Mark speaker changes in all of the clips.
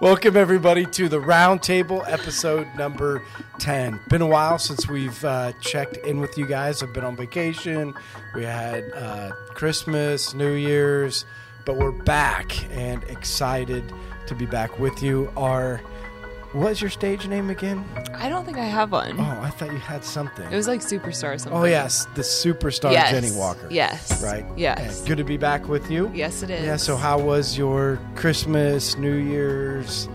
Speaker 1: Welcome everybody to the roundtable episode number ten. Been a while since we've uh, checked in with you guys. I've been on vacation. We had uh, Christmas, New Year's, but we're back and excited to be back with you. Our what's your stage name again?
Speaker 2: I don't think I have one.
Speaker 1: Oh, I thought you had something.
Speaker 2: It was like superstar or something.
Speaker 1: oh yes, the superstar Oh, Jenny Walker.
Speaker 2: Yes.
Speaker 1: Right.
Speaker 2: Yes.
Speaker 1: And good to be back with you.
Speaker 2: Yes, it is.
Speaker 1: Yeah, so how was your Christmas, New Year's?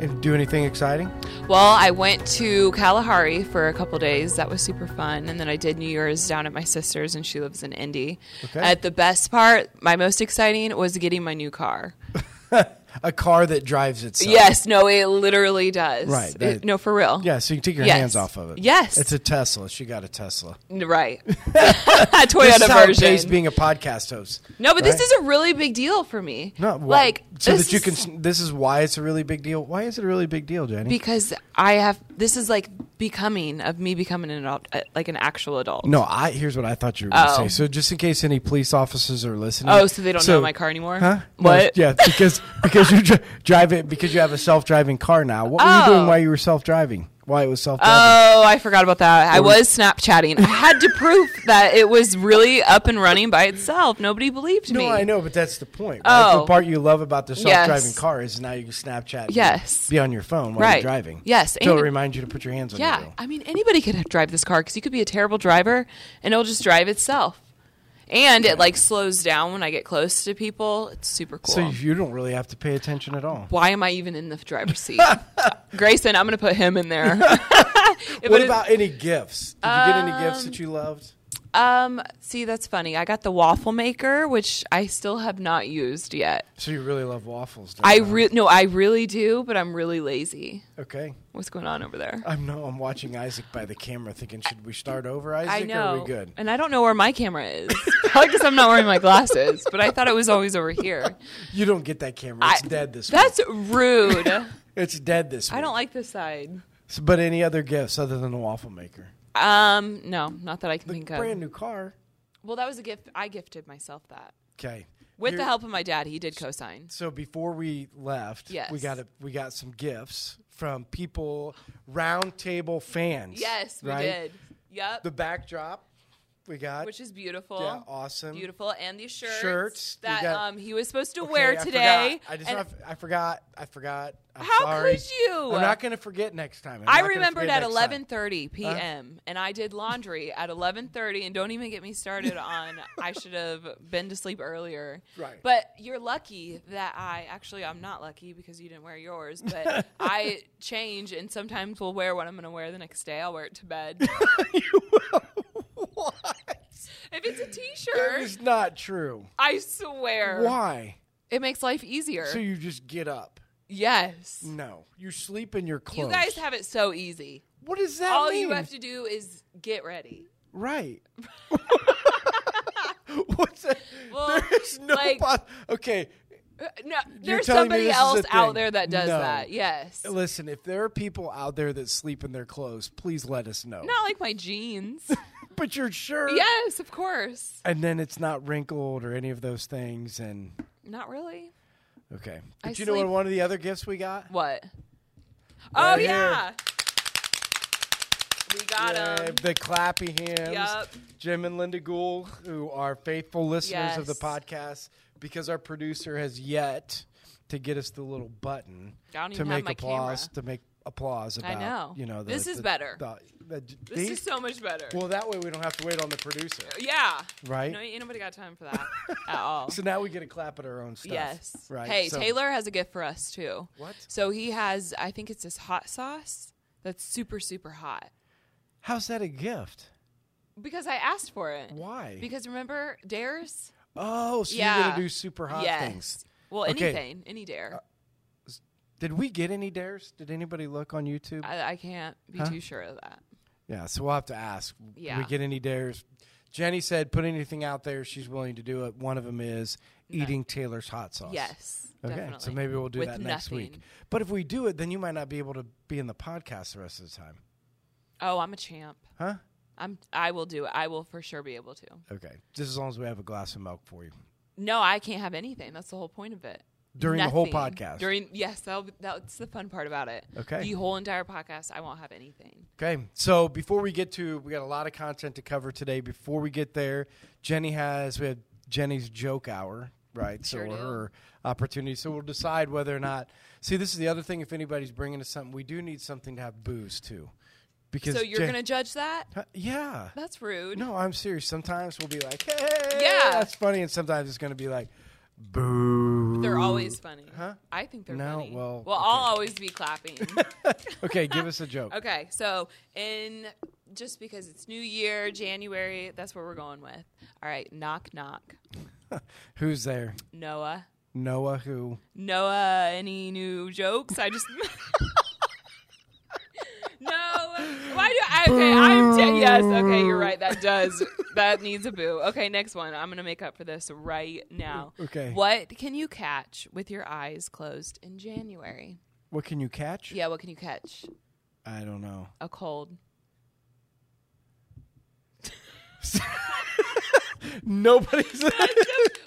Speaker 1: And do anything exciting?
Speaker 2: Well, I went to Kalahari for a couple days. That was super fun. And then I did New Year's down at my sister's, and she lives in Indy.
Speaker 1: Okay.
Speaker 2: At the best part, my most exciting was getting my new car.
Speaker 1: A car that drives itself.
Speaker 2: Yes. No, it literally does.
Speaker 1: Right,
Speaker 2: It-
Speaker 1: that-
Speaker 2: no, for real.
Speaker 1: Yeah, so you can take your
Speaker 2: Yes.
Speaker 1: hands off of it.
Speaker 2: Yes.
Speaker 1: It's a Tesla. She got a Tesla.
Speaker 2: N- Right.
Speaker 1: This
Speaker 2: Toyota
Speaker 1: is how it pays
Speaker 2: version.
Speaker 1: being a podcast host.
Speaker 2: no, but
Speaker 1: right?
Speaker 2: this is a really big deal for me.
Speaker 1: No, wha-
Speaker 2: like
Speaker 1: so
Speaker 2: this
Speaker 1: that you
Speaker 2: is-
Speaker 1: can. s- This is why it's a really big deal. Why is it a really big deal, Jenny?
Speaker 2: because I have this is like becoming of me becoming an adult, uh, like an actual adult.
Speaker 1: no, I. Here's what I thought you were going to
Speaker 2: Oh.
Speaker 1: say. So just in case any police officers are listening.
Speaker 2: Oh, so they don't know my car anymore?
Speaker 1: Huh? No,
Speaker 2: What?
Speaker 1: yeah, because because you dri- drive it because you have a self driving car now. What were you doing
Speaker 2: Oh.
Speaker 1: while you were self driving? Why it was self driving?
Speaker 2: Oh, I forgot about that. I was Snapchatting. I had to prove that it was really up and running by itself. Nobody believed
Speaker 1: no,
Speaker 2: me.
Speaker 1: I know, but that's the point. Right?
Speaker 2: Oh.
Speaker 1: The part you love about the self driving
Speaker 2: Yes.
Speaker 1: car is now you can Snapchat. and
Speaker 2: Yes.
Speaker 1: Be on your phone while you're
Speaker 2: Right.
Speaker 1: driving.
Speaker 2: Yes,
Speaker 1: So it
Speaker 2: and-
Speaker 1: reminds you to put your hands on your
Speaker 2: Yeah,
Speaker 1: wheel.
Speaker 2: I mean anybody could drive this car because you could be a terrible driver and it'll just drive itself. And it like slows down when I get close to people. It's super cool.
Speaker 1: So you don't really have to pay attention at all.
Speaker 2: Why am I even in the driver's seat? Grayson, I'm going to put him in there.
Speaker 1: What about any gifts? Did you get any gifts that you loved?
Speaker 2: Um, see, that's funny. I got the waffle maker, which I still have not used yet.
Speaker 1: So you really love waffles. don't
Speaker 2: I
Speaker 1: you?
Speaker 2: re- no, I really do, but I'm really lazy.
Speaker 1: okay.
Speaker 2: What's going on over there?
Speaker 1: I know. I'm watching Isaac by the camera, thinking, should we start over, Isaac?
Speaker 2: I
Speaker 1: Or are
Speaker 2: know,
Speaker 1: we good?
Speaker 2: and I don't know where my camera is. Probably because I'm not wearing my glasses. But I thought it was always over here.
Speaker 1: You don't get that camera. It's
Speaker 2: I-
Speaker 1: dead this week.
Speaker 2: That's rude. I
Speaker 1: It's dead this week.
Speaker 2: don't like this side.
Speaker 1: So, but any other gifts other than the waffle maker?
Speaker 2: Um, no, not that I can think of.
Speaker 1: Brand new car.
Speaker 2: Well, that was a gift. I gifted myself that
Speaker 1: Okay.
Speaker 2: with the help of my dad. He did co-sign.
Speaker 1: So before we left,
Speaker 2: Yes.
Speaker 1: we got a, we got some gifts from people roundtable fans.
Speaker 2: Yes, we
Speaker 1: right?
Speaker 2: did. Yep.
Speaker 1: The backdrop we got
Speaker 2: which is beautiful.
Speaker 1: Yeah, awesome.
Speaker 2: Beautiful, and these shirts,
Speaker 1: Shirts, you
Speaker 2: that
Speaker 1: got-
Speaker 2: um he was supposed to
Speaker 1: Okay,
Speaker 2: wear
Speaker 1: I
Speaker 2: today.
Speaker 1: forgot. I just
Speaker 2: and
Speaker 1: I forgot. I forgot. I'm
Speaker 2: How
Speaker 1: sorry.
Speaker 2: could you?
Speaker 1: I'm not going to forget next time. I'm
Speaker 2: I
Speaker 1: not gonna
Speaker 2: remembered
Speaker 1: forget
Speaker 2: at
Speaker 1: next time.
Speaker 2: 11:30 p.m. and I did laundry at 11:30, and don't even get me started on I should have been to sleep earlier.
Speaker 1: Right.
Speaker 2: But you're lucky that I actually I'm not lucky because you didn't wear yours, but I change and sometimes will wear what I'm going to wear the next day. I'll wear it to bed
Speaker 1: what?
Speaker 2: if it's a
Speaker 1: That
Speaker 2: t-shirt.
Speaker 1: is not true.
Speaker 2: I swear,
Speaker 1: Why?
Speaker 2: it makes life easier.
Speaker 1: So you Mm. just get up?
Speaker 2: yes.
Speaker 1: No, you sleep in your clothes.
Speaker 2: You guys have it so easy.
Speaker 1: What does that
Speaker 2: All
Speaker 1: mean?
Speaker 2: you have to do is get ready.
Speaker 1: Right. What's that?
Speaker 2: Well,
Speaker 1: There's no
Speaker 2: like-
Speaker 1: pos- okay.
Speaker 2: Uh, No, there's
Speaker 1: telling me
Speaker 2: somebody
Speaker 1: this is
Speaker 2: else
Speaker 1: a thing.
Speaker 2: out there that does
Speaker 1: No.
Speaker 2: that. Yes.
Speaker 1: Listen, if there are people out there that sleep in their clothes, please let us know.
Speaker 2: Not like my jeans.
Speaker 1: But you're sure.
Speaker 2: yes, of course.
Speaker 1: And then it's not wrinkled or any of those things. And
Speaker 2: Not really.
Speaker 1: okay. But
Speaker 2: I
Speaker 1: you know what?
Speaker 2: sleep-
Speaker 1: One of the other gifts we got.
Speaker 2: What?
Speaker 1: Right
Speaker 2: oh
Speaker 1: here.
Speaker 2: yeah. We got
Speaker 1: Yay,
Speaker 2: him.
Speaker 1: the clappy hands.
Speaker 2: Yup.
Speaker 1: Jim and Linda Gould, who are faithful listeners of the
Speaker 2: Yes.
Speaker 1: podcast, because our producer has yet to get us the little button
Speaker 2: I don't
Speaker 1: to
Speaker 2: even have
Speaker 1: make
Speaker 2: my
Speaker 1: applause
Speaker 2: camera.
Speaker 1: to make applause about.
Speaker 2: I know.
Speaker 1: You know the-
Speaker 2: This is
Speaker 1: the-
Speaker 2: better.
Speaker 1: the- the-
Speaker 2: This
Speaker 1: these-
Speaker 2: is so much better.
Speaker 1: well, that way we don't have to wait on the producer,
Speaker 2: yeah.
Speaker 1: right?
Speaker 2: No, ain't nobody got time for that at all.
Speaker 1: so now we get a clap at our own stuff.
Speaker 2: Yes.
Speaker 1: Right.
Speaker 2: Hey,
Speaker 1: so-
Speaker 2: Taylor has a gift for us too.
Speaker 1: What?
Speaker 2: So he has, I think it's this hot sauce that's super, super hot.
Speaker 1: How's that a gift?
Speaker 2: Because I asked for it.
Speaker 1: Why?
Speaker 2: Because remember, dares?
Speaker 1: oh, so you're
Speaker 2: Yeah.
Speaker 1: gonna do super hot
Speaker 2: yes.
Speaker 1: things. Okay.
Speaker 2: Well,
Speaker 1: Uh,
Speaker 2: anything, any dare.
Speaker 1: Did we get any dares? Did anybody look on YouTube?
Speaker 2: I, I can't be too sure of that.
Speaker 1: Yeah, so we'll have to ask. Do
Speaker 2: Yeah.
Speaker 1: we get any dares? Jenny said, put anything out there. She's willing to do it. One of them is eating Taylor's hot sauce.
Speaker 2: Yes.
Speaker 1: Okay,
Speaker 2: Definitely.
Speaker 1: so maybe we'll do
Speaker 2: With
Speaker 1: that next week.
Speaker 2: nothing.
Speaker 1: But if we do it, then you might not be able to be in the podcast the rest of the time.
Speaker 2: Oh, I'm a champ.
Speaker 1: Huh?
Speaker 2: I'm. I will do it. I will for sure be able to.
Speaker 1: Okay. Just as long as we have a glass of milk for you.
Speaker 2: No, I can't have anything. That's the whole point of it.
Speaker 1: during the whole
Speaker 2: Nothing.
Speaker 1: podcast.
Speaker 2: During yes, that'll be, that's the fun part about it.
Speaker 1: Okay.
Speaker 2: The whole entire podcast, I won't have anything.
Speaker 1: Okay, so before we get to, we got a lot of content to cover today. Before we get there, Jenny has we have Jenny's joke hour, right?
Speaker 2: Sure
Speaker 1: so
Speaker 2: do.
Speaker 1: her opportunity. So we'll decide whether or not. See, this is the other thing. If anybody's bringing us something, we do need something to have booze too, because
Speaker 2: So you're
Speaker 1: Jen-
Speaker 2: gonna judge that?
Speaker 1: Huh? yeah.
Speaker 2: That's rude.
Speaker 1: No, I'm serious. Sometimes we'll be like, hey,
Speaker 2: Yeah.
Speaker 1: that's funny, and sometimes it's going to be like, boo.
Speaker 2: They're always funny.
Speaker 1: Huh?
Speaker 2: I think they're
Speaker 1: No,
Speaker 2: funny.
Speaker 1: well,
Speaker 2: well, I'll always be clapping.
Speaker 1: okay. Give us a joke.
Speaker 2: okay, so in just because it's New Year, January, that's what we're going with. All right, knock knock.
Speaker 1: Who's there?
Speaker 2: Noah.
Speaker 1: Noah. Who?
Speaker 2: Noah, any new jokes? I just. no. Why do I? Okay, I'm. T- yes, okay, you're right. That does. That needs a boo. Okay, next one. I'm going to make up for this right now.
Speaker 1: Okay.
Speaker 2: What can you catch with your eyes closed in January?
Speaker 1: What can you catch?
Speaker 2: Yeah, what can you catch?
Speaker 1: I don't know.
Speaker 2: A cold.
Speaker 1: Nobody's.
Speaker 2: Well,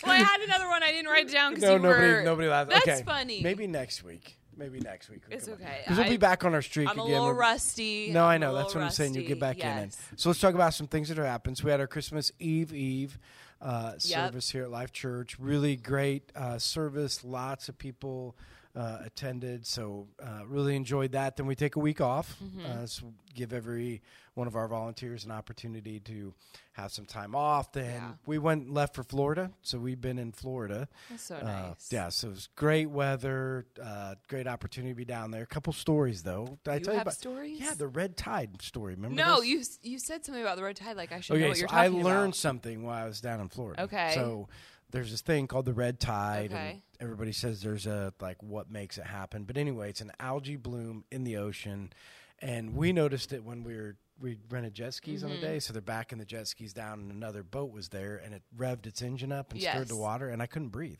Speaker 2: I had another one I didn't write it down because
Speaker 1: no,
Speaker 2: you
Speaker 1: nobody,
Speaker 2: were.
Speaker 1: nobody laughs.
Speaker 2: That's
Speaker 1: okay.
Speaker 2: funny.
Speaker 1: Maybe next week. Maybe next week.
Speaker 2: It's okay.
Speaker 1: Because we'll
Speaker 2: I-
Speaker 1: be back on our streak
Speaker 2: I'm a
Speaker 1: again.
Speaker 2: little
Speaker 1: We're-
Speaker 2: rusty.
Speaker 1: No,
Speaker 2: i
Speaker 1: I know. That's what I'm saying. You get back in it. So let's talk about some things that have happened. So we had our Christmas Eve Eve uh, service here at Life Church. Really great uh, service. Lots of people uh, attended. So uh, really enjoyed that. Then we take a week off.
Speaker 2: Mm-hmm.
Speaker 1: Uh, so give every one of our volunteers an opportunity to have some time off. Then
Speaker 2: Yeah.
Speaker 1: we went left for Florida. So we've been in Florida.
Speaker 2: That's so
Speaker 1: Uh,
Speaker 2: nice.
Speaker 1: yeah, so it was great weather, uh, great opportunity to be down there. A couple stories though. Did I
Speaker 2: You
Speaker 1: tell you
Speaker 2: have
Speaker 1: about
Speaker 2: stories?
Speaker 1: Yeah, the red tide story. Remember?
Speaker 2: No,
Speaker 1: this?
Speaker 2: you s- you said something about the red tide. Like I should know
Speaker 1: Okay,
Speaker 2: what
Speaker 1: so
Speaker 2: you're
Speaker 1: I
Speaker 2: talking
Speaker 1: learned
Speaker 2: about.
Speaker 1: something while I was down in Florida.
Speaker 2: Okay.
Speaker 1: So there's this thing called the red tide. And
Speaker 2: Okay.
Speaker 1: everybody says there's a like what makes it happen, but anyway, it's an algae bloom in the ocean, and we noticed it when we were. We rented jet skis
Speaker 2: Mm-hmm.
Speaker 1: on a day, so they're backing the jet skis down, and another boat was there, and it revved its engine up and stirred the
Speaker 2: Yes.
Speaker 1: water, and I couldn't breathe.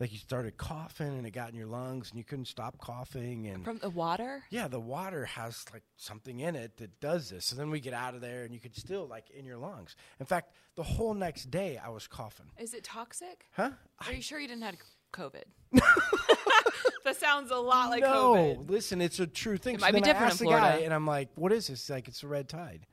Speaker 1: Like you started coughing, and it got in your lungs, and you couldn't stop coughing, and
Speaker 2: From the water?
Speaker 1: yeah, the water has like something in it that does this. So then we get out of there and you could still like in your lungs. In fact, the whole next day I was coughing.
Speaker 2: Is it toxic?
Speaker 1: Huh?
Speaker 2: Are you sure you didn't have COVID? that sounds a lot like
Speaker 1: no,
Speaker 2: COVID.
Speaker 1: listen, it's a true thing.
Speaker 2: It
Speaker 1: so
Speaker 2: might be
Speaker 1: then I
Speaker 2: different in
Speaker 1: asked the guy
Speaker 2: Florida.
Speaker 1: and I'm like, what is this? He's Like it's a red tide.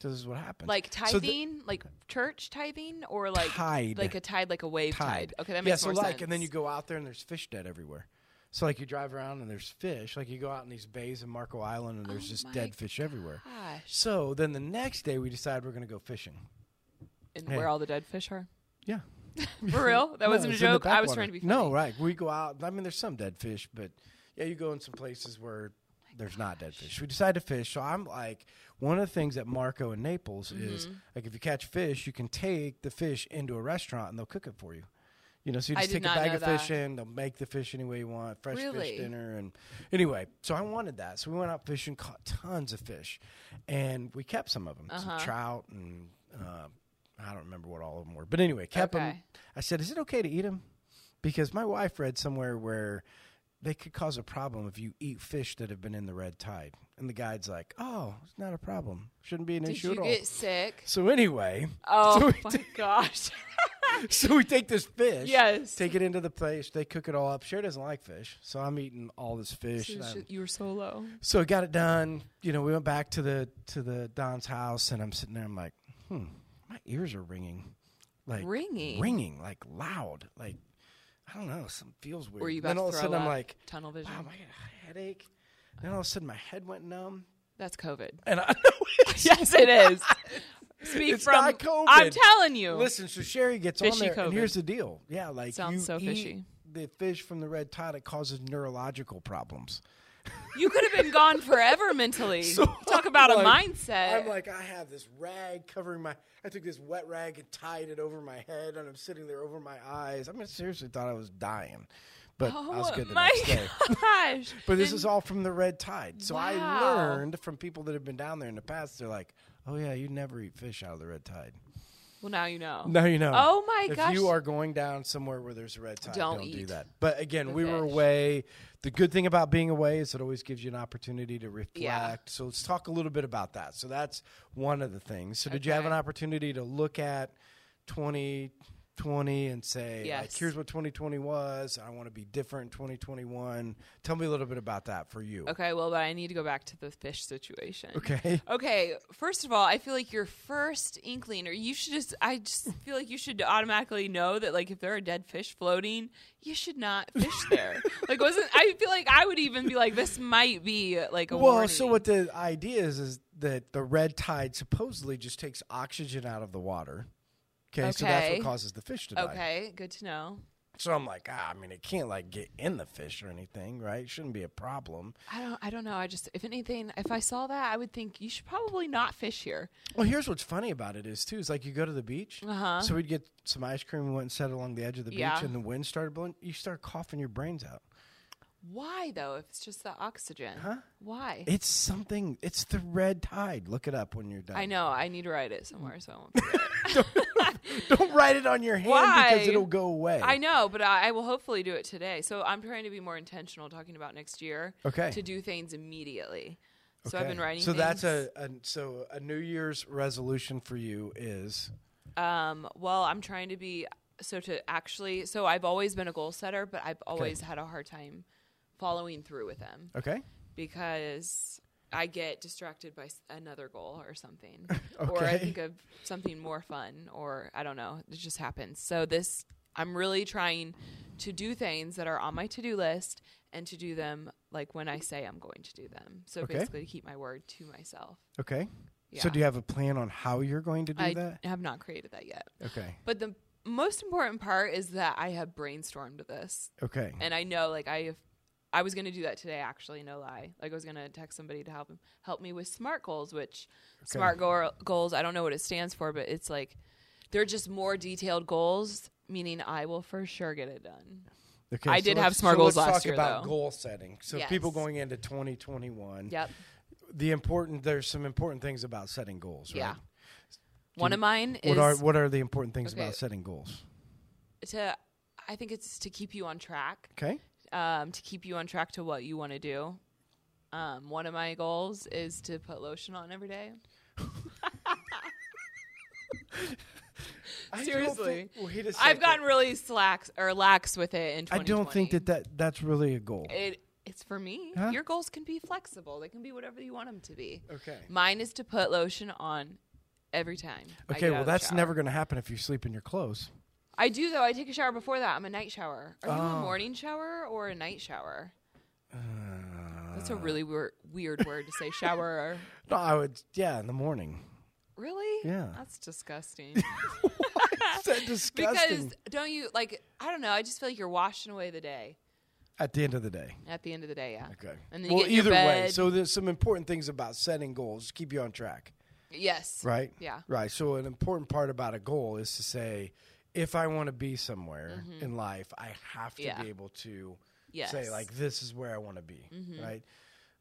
Speaker 1: So this is what happened.
Speaker 2: Like
Speaker 1: So
Speaker 2: tithing,
Speaker 1: the-
Speaker 2: like church tithing, or like
Speaker 1: Tide.
Speaker 2: like a tide, like a wave tide. Okay, that
Speaker 1: yeah,
Speaker 2: makes
Speaker 1: so
Speaker 2: more
Speaker 1: like,
Speaker 2: sense.
Speaker 1: and then you go out there and there's fish dead everywhere. So like you drive around and there's fish. Like you go out in these bays in Marco Island and there's just
Speaker 2: Oh my
Speaker 1: dead fish everywhere.
Speaker 2: Gosh,
Speaker 1: So then the next day we decide we're going to go fishing.
Speaker 2: and
Speaker 1: Hey.
Speaker 2: where all the dead fish are?
Speaker 1: Yeah.
Speaker 2: For real? That
Speaker 1: No,
Speaker 2: wasn't a
Speaker 1: it's in the
Speaker 2: joke. I was
Speaker 1: backwater.
Speaker 2: trying to be funny.
Speaker 1: No, right. We go out. I mean, there's some dead fish, but yeah, you go in some places where there's not dead fish. We decide to fish. So I'm like, one of the things at Marco in Naples is
Speaker 2: Mm-hmm.
Speaker 1: like, if you catch fish, you can take the fish into a restaurant and they'll cook it for you. You know, so you
Speaker 2: I
Speaker 1: just take
Speaker 2: did
Speaker 1: a
Speaker 2: not
Speaker 1: bag
Speaker 2: know
Speaker 1: of fish in, they'll make the fish any way you want, fresh
Speaker 2: Really?
Speaker 1: fish dinner. And anyway, so I wanted that. So we went out fishing, caught tons of fish, and we kept some of them
Speaker 2: Uh-huh.
Speaker 1: some trout and uh, I don't remember what all of them were. But anyway, kept them.
Speaker 2: Okay.
Speaker 1: I said, "Is it okay to eat them?" Because my wife read somewhere where they could cause a problem if you eat fish that have been in the red tide. And the guide's like, "Oh, it's not a problem. Shouldn't be an
Speaker 2: Did
Speaker 1: issue
Speaker 2: you
Speaker 1: at all."
Speaker 2: get sick?
Speaker 1: so anyway,
Speaker 2: Oh my gosh.
Speaker 1: so we take this fish,
Speaker 2: Yes.
Speaker 1: take it into the place. They cook it all up. Sherry doesn't like fish, so I'm eating all this fish. and I'm-
Speaker 2: you were so low.
Speaker 1: so we got it done. You know, we went back to the to the Don's house, and I'm sitting there. I'm like, hmm, my ears are ringing, like
Speaker 2: Ringing?
Speaker 1: ringing, like loud, like I don't know. Some feels weird.
Speaker 2: Were you about
Speaker 1: then all
Speaker 2: to
Speaker 1: of a
Speaker 2: throw
Speaker 1: sudden, I'm
Speaker 2: up?
Speaker 1: like,
Speaker 2: tunnel vision?
Speaker 1: wow, I got a headache. Then all of a sudden, my head went numb,
Speaker 2: That's COVID.
Speaker 1: and I know it's
Speaker 2: Yes, it is. Speak
Speaker 1: It's
Speaker 2: from.
Speaker 1: not COVID.
Speaker 2: I'm telling you.
Speaker 1: Listen, so Sherry gets on
Speaker 2: Fishy
Speaker 1: there, and
Speaker 2: COVID.
Speaker 1: here's the deal. Yeah, like
Speaker 2: Sounds
Speaker 1: you
Speaker 2: so
Speaker 1: eat
Speaker 2: fishy.
Speaker 1: The fish from the red tide it causes neurological problems.
Speaker 2: You could have been gone forever mentally.
Speaker 1: So
Speaker 2: Talk
Speaker 1: I'm
Speaker 2: about a
Speaker 1: like-
Speaker 2: mindset.
Speaker 1: I'm like, I have this rag covering my. I took this wet rag and tied it over my head, and I'm sitting there over my eyes. I mean, I seriously thought I was dying, but I was
Speaker 2: oh
Speaker 1: good the
Speaker 2: my
Speaker 1: next day.
Speaker 2: gosh!
Speaker 1: But this is all from the red tide. So I
Speaker 2: Wow.
Speaker 1: learned from people that have been down there in the past. They're like, "Oh yeah, you never eat fish out of the red tide."
Speaker 2: well, now you know.
Speaker 1: No, you know.
Speaker 2: Oh my
Speaker 1: if
Speaker 2: gosh.
Speaker 1: you are going down somewhere where there's a red tide, don't,
Speaker 2: Don't
Speaker 1: do
Speaker 2: eat
Speaker 1: that. But again, we were
Speaker 2: fish.
Speaker 1: away. The good thing about being away is it always gives you an opportunity to reflect. So let's talk a little bit about that. So that's one of the things. So did you have an
Speaker 2: Okay.
Speaker 1: opportunity to look at 20 20 and say, like,
Speaker 2: Yes.
Speaker 1: here's what 2020 was. I want to be different in 2021. Tell me a little bit about that for you.
Speaker 2: Okay, well, but I need to go back to the fish situation.
Speaker 1: Okay.
Speaker 2: Okay, first of all, I feel like your first inkling, or you should just, I just feel like you should automatically know that, like, if there are dead fish floating, you should not fish there. like, wasn't, I feel like I would even be like, this might be like a
Speaker 1: Well,
Speaker 2: warning.
Speaker 1: so what the idea is is that the red tide supposedly just takes oxygen out of the water. Okay, so that's
Speaker 2: Okay.
Speaker 1: what causes the fish to die.
Speaker 2: Okay, good to know.
Speaker 1: So I'm like, ah, I mean, it can't like get in the fish or anything, right? It shouldn't be a problem.
Speaker 2: I don't, I don't know. I just, if anything, if I saw that, I would think you should probably not fish here.
Speaker 1: Well, here's what's funny about it is too is like you go to the beach.
Speaker 2: Uh-huh.
Speaker 1: So we'd get some ice cream. We went and sat along the edge of the
Speaker 2: Yeah.
Speaker 1: beach, and the wind started blowing. You start coughing your brains out.
Speaker 2: Why though? If it's just the oxygen,
Speaker 1: Huh?
Speaker 2: Why?
Speaker 1: It's something. It's the red tide. Look it up when you're done.
Speaker 2: I know. I need to write it somewhere, so I won't. forget.
Speaker 1: Don't write it on your hand
Speaker 2: Why?
Speaker 1: because it'll go away.
Speaker 2: I know, but I, I will hopefully do it today. So I'm trying to be more intentional talking about next year.
Speaker 1: Okay.
Speaker 2: To do things immediately. So I've
Speaker 1: Okay.
Speaker 2: been writing.
Speaker 1: So that's
Speaker 2: things.
Speaker 1: a, a so a New Year's resolution for you is
Speaker 2: Um. Well, I'm trying to be so to actually. So I've always been a goal setter, but I've always had a hard time following through with them
Speaker 1: okay.
Speaker 2: because. I get distracted by s- another goal or something, or I
Speaker 1: Okay.
Speaker 2: think of something more fun, or I don't know. It just happens. So this, I'm really trying to do things that are on my to do list and to do them like when I say I'm going to do them. So
Speaker 1: Okay.
Speaker 2: basically, to keep my word to myself.
Speaker 1: Okay.
Speaker 2: Yeah.
Speaker 1: So do you have a plan on how you're going to do
Speaker 2: I
Speaker 1: that?
Speaker 2: have not created that yet,
Speaker 1: Okay.
Speaker 2: but the most important part is that I have brainstormed this
Speaker 1: Okay.
Speaker 2: and I know like I have I was gonna do that today actually, no lie. Like I was gonna text somebody to help him help me with SMART goals, which SMART goal, goals I don't know what it stands for, but it's like they're just more detailed goals, meaning I will for sure get it done.
Speaker 1: Okay,
Speaker 2: I
Speaker 1: so
Speaker 2: did have
Speaker 1: let's-
Speaker 2: SMART
Speaker 1: so
Speaker 2: goals
Speaker 1: let's
Speaker 2: last
Speaker 1: talk
Speaker 2: year,
Speaker 1: about
Speaker 2: though.
Speaker 1: goal setting. So people
Speaker 2: Yes.
Speaker 1: going into 2021,
Speaker 2: Yep.
Speaker 1: the important there's some important things about setting goals, right?
Speaker 2: Yeah. One of mine is
Speaker 1: What are what are the important things
Speaker 2: Okay.
Speaker 1: about setting goals?
Speaker 2: to I think it's to keep you on track.
Speaker 1: Okay.
Speaker 2: Um, to keep you on track to what you want to do. Um, one of my goals is to put lotion on every day.
Speaker 1: I don't
Speaker 2: Seriously.
Speaker 1: think- wait a
Speaker 2: I've
Speaker 1: second.
Speaker 2: gotten really slack or lax with it in
Speaker 1: I
Speaker 2: 2020.
Speaker 1: don't think that, that that's really a goal.
Speaker 2: it it's for me.
Speaker 1: Huh?
Speaker 2: Your goals can be flexible. They can be whatever you want them to be.
Speaker 1: Okay.
Speaker 2: Mine is to put lotion on every time. I
Speaker 1: Okay,
Speaker 2: get out
Speaker 1: well
Speaker 2: of the
Speaker 1: that's
Speaker 2: shower.
Speaker 1: never going to happen if you sleep in your clothes.
Speaker 2: I do though. I take a shower before that. I'm a night shower. Are you a
Speaker 1: Oh.
Speaker 2: morning shower or a night shower?
Speaker 1: Uh,
Speaker 2: That's a really weird weird word to say. Shower.
Speaker 1: No, I would yeah, in the morning.
Speaker 2: Really?
Speaker 1: Yeah.
Speaker 2: That's disgusting.
Speaker 1: Is that disgusting?
Speaker 2: because don't you like? I don't know. I just feel like you're washing away the day
Speaker 1: At the end of the day.
Speaker 2: at the end of the day. Yeah.
Speaker 1: Okay.
Speaker 2: And then you
Speaker 1: well,
Speaker 2: get in your
Speaker 1: either way,
Speaker 2: bed.
Speaker 1: so there's some important things about setting goals to keep you on track,
Speaker 2: Yes.
Speaker 1: right?
Speaker 2: Yeah.
Speaker 1: Right. So an important part about a goal is to say, if I want to be somewhere in life, I have to
Speaker 2: Mm-hmm. Yeah.
Speaker 1: be able to
Speaker 2: Yes. Mm-hmm.
Speaker 1: say like this is where I want to be, right?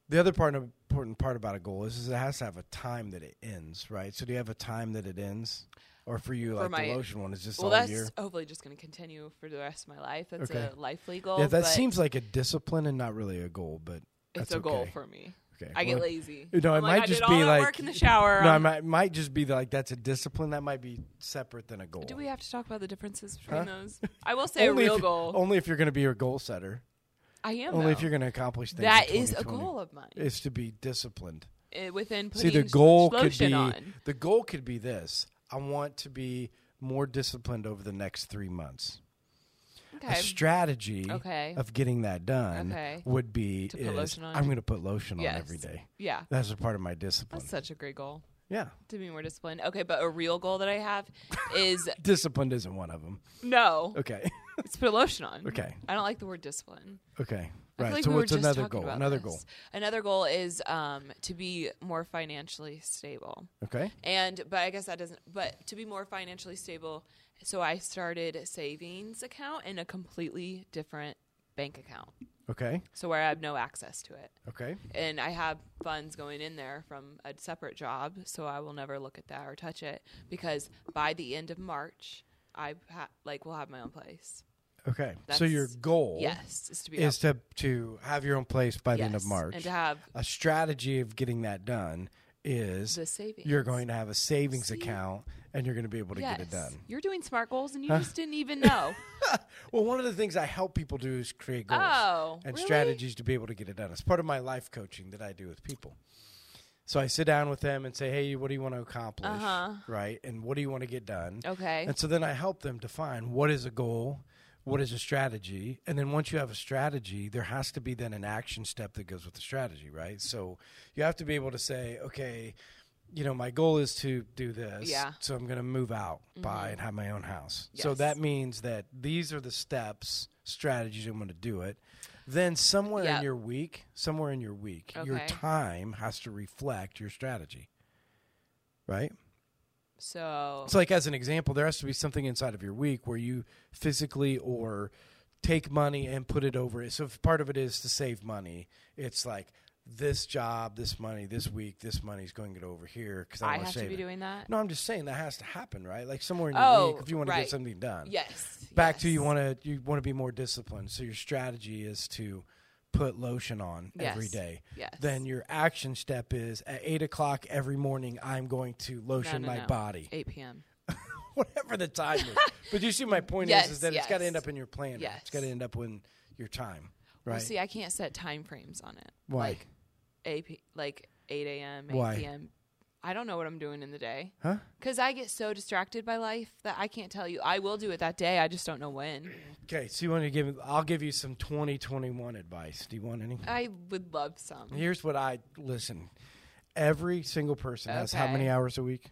Speaker 1: The other part important part about a goal is, is it has to have a time that it ends, right? So do you have a time that it ends? Or for you, like
Speaker 2: my-
Speaker 1: the lotion one is just
Speaker 2: Well,
Speaker 1: all
Speaker 2: that's
Speaker 1: year.
Speaker 2: hopefully just going to continue for the rest of my life. That's
Speaker 1: Okay.
Speaker 2: a lifely goal.
Speaker 1: Yeah, that
Speaker 2: but
Speaker 1: seems like a discipline and not really a goal, but
Speaker 2: it's
Speaker 1: that's
Speaker 2: a goal
Speaker 1: okay.
Speaker 2: for me.
Speaker 1: Okay.
Speaker 2: I get
Speaker 1: Well,
Speaker 2: lazy.
Speaker 1: No, it
Speaker 2: I'm like,
Speaker 1: might
Speaker 2: I
Speaker 1: just
Speaker 2: did
Speaker 1: be
Speaker 2: all that
Speaker 1: like
Speaker 2: work in the shower. Um,
Speaker 1: No,
Speaker 2: I'm-
Speaker 1: it might, it might just be like that's a discipline that might be separate than a goal.
Speaker 2: do we have to talk about the differences between
Speaker 1: Huh?
Speaker 2: those? I will say a
Speaker 1: Only if
Speaker 2: real
Speaker 1: you-
Speaker 2: goal.
Speaker 1: Only if you're going to be a goal setter.
Speaker 2: I am.
Speaker 1: Only if
Speaker 2: though.
Speaker 1: you're going to accomplish things. in
Speaker 2: that is a
Speaker 1: 2020.
Speaker 2: goal of mine.
Speaker 1: Is to be disciplined.
Speaker 2: eh, within
Speaker 1: See,
Speaker 2: putting
Speaker 1: the goal could
Speaker 2: lotion
Speaker 1: be
Speaker 2: on.
Speaker 1: the goal could be this: I want to be more disciplined over the next three months.
Speaker 2: Okay.
Speaker 1: A strategy
Speaker 2: Okay.
Speaker 1: of getting that done
Speaker 2: Okay.
Speaker 1: would be
Speaker 2: To put
Speaker 1: is,
Speaker 2: lotion on?
Speaker 1: I'm going to put lotion
Speaker 2: Yes.
Speaker 1: on every day.
Speaker 2: Yeah.
Speaker 1: That's a part of my discipline.
Speaker 2: That's such a great goal
Speaker 1: yeah,
Speaker 2: to be more disciplined. Okay, but a real goal that I have is
Speaker 1: disciplined isn't one of them.
Speaker 2: no.
Speaker 1: Okay,
Speaker 2: It's put lotion on.
Speaker 1: okay,
Speaker 2: I don't like the word discipline.
Speaker 1: okay.
Speaker 2: I
Speaker 1: Right.
Speaker 2: feel like
Speaker 1: so
Speaker 2: we
Speaker 1: what's
Speaker 2: were just
Speaker 1: another
Speaker 2: talking
Speaker 1: goal?
Speaker 2: about
Speaker 1: Another
Speaker 2: this.
Speaker 1: goal.
Speaker 2: Another goal is um, to be more financially stable,
Speaker 1: Okay.
Speaker 2: and but I guess that doesn't. But to be more financially stable, so I started a savings account in a completely different bank account,
Speaker 1: Okay.
Speaker 2: so where I have no access to it,
Speaker 1: Okay.
Speaker 2: and I have funds going in there from a separate job, so I will never look at that or touch it because by the end of March, I ha- like will have my own place.
Speaker 1: Okay. so your
Speaker 2: That's-
Speaker 1: goal
Speaker 2: Yes, is to be
Speaker 1: is to to have your own place by the end of
Speaker 2: Yes,
Speaker 1: March.
Speaker 2: and to have
Speaker 1: a strategy of getting that done is
Speaker 2: the savings.
Speaker 1: you're going to have a savings
Speaker 2: See?
Speaker 1: account and you're going to be able to get it done.
Speaker 2: You're doing smart goals and you just didn't even know.
Speaker 1: Well, one of the things I help people do is create goals
Speaker 2: Oh,
Speaker 1: and
Speaker 2: really?
Speaker 1: strategies to be able to get it done. It's part of my life coaching that I do with people. So I sit down with them and say, "Hey, what do you want to accomplish?
Speaker 2: Uh-huh.
Speaker 1: Right? And what do you want to get done?"
Speaker 2: Okay.
Speaker 1: And so then I help them define what is a goal, what is a strategy, and then once you have a strategy, there has to be then an action step that goes with the strategy, right? So you have to be able to say, okay, you know, my goal is to do this,
Speaker 2: Yeah. Mm-hmm.
Speaker 1: so I'm going to move out, buy, and have my own house. So
Speaker 2: Yes.
Speaker 1: that means that these are the steps, strategies I'm going to do it. Then somewhere in
Speaker 2: Yep.
Speaker 1: your week, somewhere in your week, your
Speaker 2: Okay.
Speaker 1: time has to reflect your strategy, right?
Speaker 2: so
Speaker 1: So, like as an example, there has to be something inside of your week where you physically or take money and put it over. So, if part of it is to save money, it's like this job, this money, this week, this money's going to go over here because I,
Speaker 2: I
Speaker 1: want
Speaker 2: have
Speaker 1: save
Speaker 2: to be
Speaker 1: it.
Speaker 2: doing that.
Speaker 1: No, I'm just saying that has to happen, right? Like somewhere in your week,
Speaker 2: Oh,
Speaker 1: if you want to
Speaker 2: right.
Speaker 1: get something done.
Speaker 2: Yes.
Speaker 1: Back to
Speaker 2: yes.
Speaker 1: you want to you want to be more disciplined. So your strategy is to put lotion on every
Speaker 2: Yes.
Speaker 1: day
Speaker 2: Yes.
Speaker 1: then your action step is at eight o'clock every morning. I'm going to lotion
Speaker 2: no,
Speaker 1: my
Speaker 2: no.
Speaker 1: body,
Speaker 2: 8 p.m.
Speaker 1: whatever the time is. But you see, my point
Speaker 2: Yes,
Speaker 1: is, is that it's got to end
Speaker 2: yes.
Speaker 1: up in your planner. It's got to
Speaker 2: Yes.
Speaker 1: end up in your time, right?
Speaker 2: Well, see, I can't set time frames on it.
Speaker 1: Why?
Speaker 2: Like, 8 p- like 8 a.m., 8
Speaker 1: Why?
Speaker 2: p.m. I don't know what I'm doing in the day.
Speaker 1: huh?
Speaker 2: Because I get so distracted by life that I can't tell you. I will do it that day. I just don't know when.
Speaker 1: Okay, so you want to give? I'll give you some 2021 advice. Do you want any?
Speaker 2: I would love some.
Speaker 1: Here's what I listen. Every single person has how many
Speaker 2: Okay.
Speaker 1: hours a week?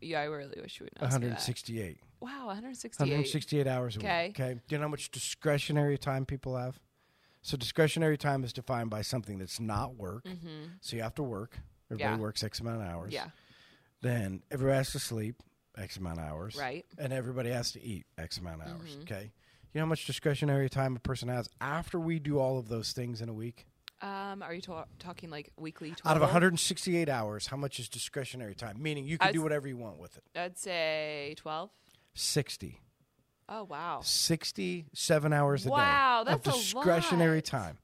Speaker 2: Yeah, I really wish you would not. 160.
Speaker 1: 168.
Speaker 2: Wow, 168.
Speaker 1: 168 hours a
Speaker 2: Okay.
Speaker 1: week. Okay. Do you know how much discretionary time people have? So discretionary time is defined by something that's not work. So you have to work. Everybody
Speaker 2: Mm-hmm. Yeah.
Speaker 1: works X amount of hours.
Speaker 2: Yeah,
Speaker 1: Then everybody has to sleep X amount of hours.
Speaker 2: right.
Speaker 1: And everybody has to eat X amount of
Speaker 2: Mm-hmm.
Speaker 1: hours. Okay. You know how much discretionary time a person has after we do all of those things in a week?
Speaker 2: Um, are you ta- talking like weekly?
Speaker 1: Out of
Speaker 2: total?
Speaker 1: 168 hours, how much is discretionary time? Meaning you can
Speaker 2: I'd
Speaker 1: do
Speaker 2: s-
Speaker 1: whatever you want with it.
Speaker 2: I'd say 12.
Speaker 1: 60.
Speaker 2: Oh, wow.
Speaker 1: 67 hours a
Speaker 2: Wow,
Speaker 1: day of
Speaker 2: that's a
Speaker 1: discretionary
Speaker 2: lot.
Speaker 1: time.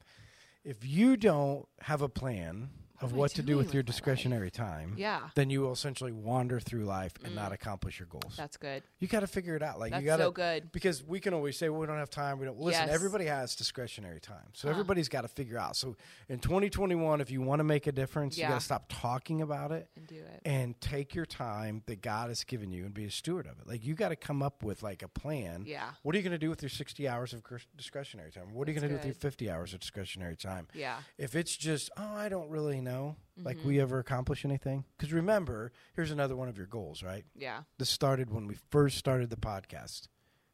Speaker 1: If you don't have a plan of
Speaker 2: am I
Speaker 1: what to do
Speaker 2: doing
Speaker 1: with your
Speaker 2: with my life?
Speaker 1: discretionary time,
Speaker 2: Yeah, Mm.
Speaker 1: then you will essentially wander through life and not accomplish your goals.
Speaker 2: that's good.
Speaker 1: you got to figure it out. Like
Speaker 2: That's
Speaker 1: you got to
Speaker 2: so good.
Speaker 1: because we can always say well, we don't have time. We don't listen.
Speaker 2: Yes.
Speaker 1: Everybody has discretionary time, so everybody's got to figure out. So in 2021, if you want to make a difference, you
Speaker 2: Yeah.
Speaker 1: got to stop talking about it
Speaker 2: And do it.
Speaker 1: and take your time that God has given you and be a steward of it. Like you got to come up with like a plan.
Speaker 2: Yeah.
Speaker 1: What are you going to do with your 60 hours of cr- discretionary time? What are you
Speaker 2: That's
Speaker 1: going to do with your
Speaker 2: good.
Speaker 1: 50 hours of discretionary time?
Speaker 2: Yeah.
Speaker 1: If it's just, oh, I don't really know, like
Speaker 2: Mm-hmm.
Speaker 1: we ever accomplish anything? Cuz remember, here's another one of your goals, right?
Speaker 2: Yeah.
Speaker 1: This started when we first started the podcast.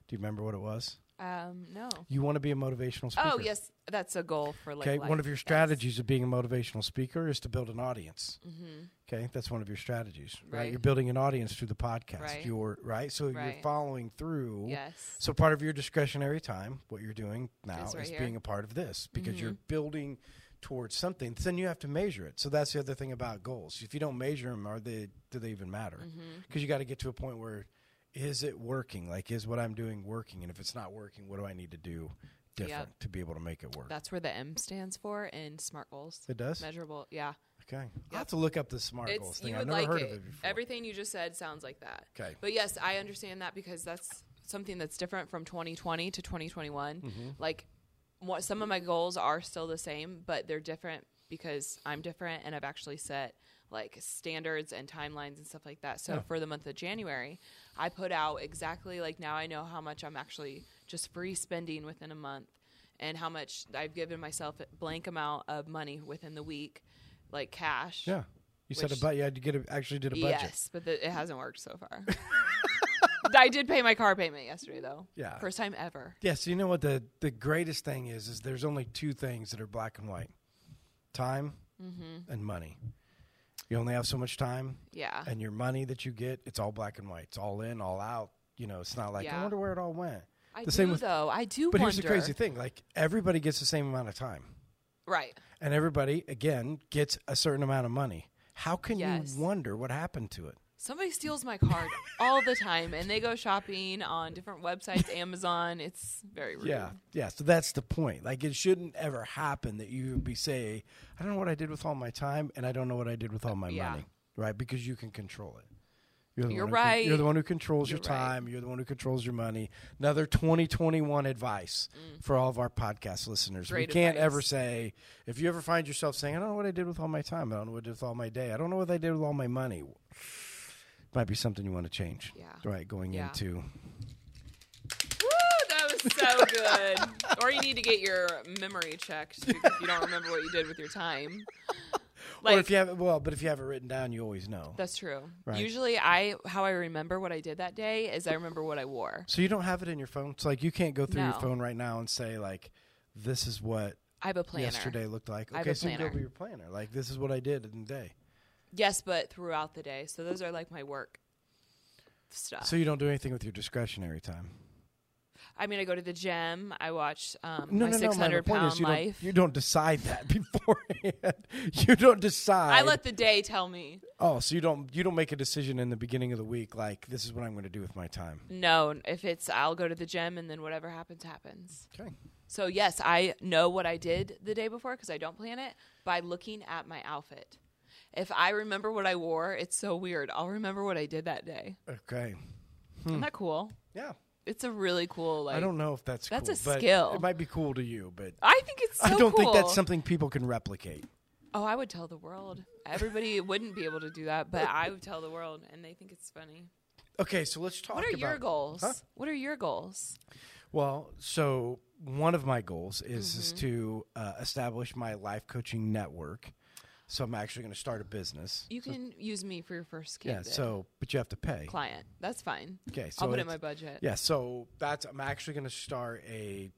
Speaker 1: Do you remember what it was?
Speaker 2: Um, no.
Speaker 1: You want to be a motivational speaker.
Speaker 2: Oh, yes. That's a goal for like.
Speaker 1: Okay,
Speaker 2: life.
Speaker 1: one of your
Speaker 2: Yes.
Speaker 1: strategies of being a motivational speaker is to build an audience.
Speaker 2: Mm-hmm.
Speaker 1: Okay, that's one of your strategies, right?
Speaker 2: Right.
Speaker 1: You're building an audience through the podcast.
Speaker 2: Right.
Speaker 1: You're right, so you're
Speaker 2: Right.
Speaker 1: following through.
Speaker 2: Yes.
Speaker 1: So part of your discretionary time, what you're doing now
Speaker 2: Is
Speaker 1: is,
Speaker 2: right here. Mm-hmm.
Speaker 1: being a part of this because you're building towards something. Then you have to measure it. So that's the other thing about goals. If you don't measure them, are they do they even matter?
Speaker 2: Mm-hmm.
Speaker 1: Because you got to get to a point where is it working? Like is what I'm doing working? And if it's not working, what do I need to do different to be able to make it work?
Speaker 2: That's where the M stands for in SMART goals.
Speaker 1: it does.
Speaker 2: Measurable. Yeah.
Speaker 1: Okay. I'll have to look up the smart goals
Speaker 2: It's,
Speaker 1: thing.
Speaker 2: you
Speaker 1: I've
Speaker 2: would
Speaker 1: never
Speaker 2: like
Speaker 1: heard
Speaker 2: it.
Speaker 1: of it before.
Speaker 2: Everything you just said sounds like that.
Speaker 1: okay.
Speaker 2: But yes, I understand that because that's something that's different from 2020 to 2021.
Speaker 1: Mm-hmm.
Speaker 2: Like, what, some of my goals are still the same, but they're different because I'm different and I've actually set like standards and timelines and stuff like that. So for the month of January, I put out exactly like now I know how much I'm actually just free spending within a month and how much I've given myself a blank amount of money within the week, like cash.
Speaker 1: Yeah. You said a
Speaker 2: Which-
Speaker 1: budget. You had to get a, actually did a budget.
Speaker 2: Yes, but the, it hasn't worked so far. I did pay my car payment yesterday, though.
Speaker 1: Yeah.
Speaker 2: First time ever.
Speaker 1: Yeah, so you know what the, the greatest thing is is there's only two things that are black and white. Time
Speaker 2: Mm-hmm.
Speaker 1: and money. You only have so much time
Speaker 2: Yeah.
Speaker 1: and your money that you get, it's all black and white. It's all in, all out. You know, it's not like I
Speaker 2: Yeah.
Speaker 1: wonder where it all went.
Speaker 2: I
Speaker 1: the
Speaker 2: do,
Speaker 1: same with-
Speaker 2: though. I do
Speaker 1: But
Speaker 2: wonder.
Speaker 1: here's the crazy thing, like everybody gets the same amount of time.
Speaker 2: Right.
Speaker 1: And everybody again gets a certain amount of money. How can
Speaker 2: Yes.
Speaker 1: you wonder what happened to it?
Speaker 2: Somebody steals my card all the time, and they go shopping on different websites, Amazon. It's very rude.
Speaker 1: Yeah, yeah. So that's the point. Like, it shouldn't ever happen that you would be say, "I don't know what I did with all my time, and I don't know what I did with all my
Speaker 2: Yeah.
Speaker 1: money," right? Because you can control it. You're, the
Speaker 2: You're
Speaker 1: one who con- you're
Speaker 2: right.
Speaker 1: the one who controls your
Speaker 2: You're right.
Speaker 1: time. You're the one who controls your money. Another 2021 advice for all of our podcast listeners.
Speaker 2: Mm. Great
Speaker 1: we can't
Speaker 2: advice.
Speaker 1: ever say, if you ever find yourself saying, I don't know what I did with all my time. I don't know what I did with all my day. I don't know what I did with all my money. Might be something you want to change.
Speaker 2: Yeah.
Speaker 1: Right. Going
Speaker 2: Yeah.
Speaker 1: into.
Speaker 2: Woo, that was so good. or you need to get your memory checked because you don't remember what you did with your time. Like,
Speaker 1: or if you have it, well, but if you have it written down, you always know.
Speaker 2: that's true.
Speaker 1: Right.
Speaker 2: Usually, I how I remember what I did that day is I remember what I wore.
Speaker 1: So you don't have it in your phone. It's like you can't go through your
Speaker 2: No.
Speaker 1: phone right now and say like, "This is what
Speaker 2: I have a planner.
Speaker 1: yesterday looked like."
Speaker 2: I have
Speaker 1: Okay,
Speaker 2: a
Speaker 1: so you can go
Speaker 2: planner.
Speaker 1: over your planner. Like, this is what I did in the day.
Speaker 2: Yes, but throughout the day. So those are like my work stuff.
Speaker 1: So you don't do anything with your discretionary time.
Speaker 2: I mean, I go to the gym. I watch um,
Speaker 1: No,
Speaker 2: my
Speaker 1: no, no.
Speaker 2: six
Speaker 1: My
Speaker 2: hundred
Speaker 1: point
Speaker 2: pound
Speaker 1: is you
Speaker 2: life.
Speaker 1: don't you don't decide that beforehand. you don't decide.
Speaker 2: I let the day tell me.
Speaker 1: oh, so you don't you don't make a decision in the beginning of the week like this is what I'm going to do with my time.
Speaker 2: No, if it's I'll go to the gym and then whatever happens happens.
Speaker 1: Okay.
Speaker 2: So yes, I know what I did the day before because I don't plan it by looking at my outfit. If I remember what I wore, it's so weird. I'll remember what I did that day.
Speaker 1: Okay.
Speaker 2: Isn't that cool?
Speaker 1: Yeah.
Speaker 2: It's a really cool like.
Speaker 1: Hmm. I don't know if that's
Speaker 2: That's
Speaker 1: cool,
Speaker 2: a
Speaker 1: but
Speaker 2: skill.
Speaker 1: It might be cool to you, but
Speaker 2: I think it's. So
Speaker 1: I don't think that's
Speaker 2: cool.
Speaker 1: something people can replicate.
Speaker 2: Oh, I would tell the world. Everybody wouldn't be able to do that, but I would tell the world, and they think it's funny.
Speaker 1: Okay, so let's talk.
Speaker 2: What are your
Speaker 1: about-
Speaker 2: goals?
Speaker 1: Huh?
Speaker 2: What are your goals?
Speaker 1: Well, so one of my goals is is
Speaker 2: Mm-hmm.
Speaker 1: to uh, establish my life coaching network. So I'm actually going to start a business.
Speaker 2: You can use me for your first
Speaker 1: Yeah.
Speaker 2: candidate
Speaker 1: So, but you have to pay.
Speaker 2: client. That's fine.
Speaker 1: Okay. So
Speaker 2: I'll put it in
Speaker 1: it's-
Speaker 2: my budget.
Speaker 1: Yeah. So that's I'm actually going to start a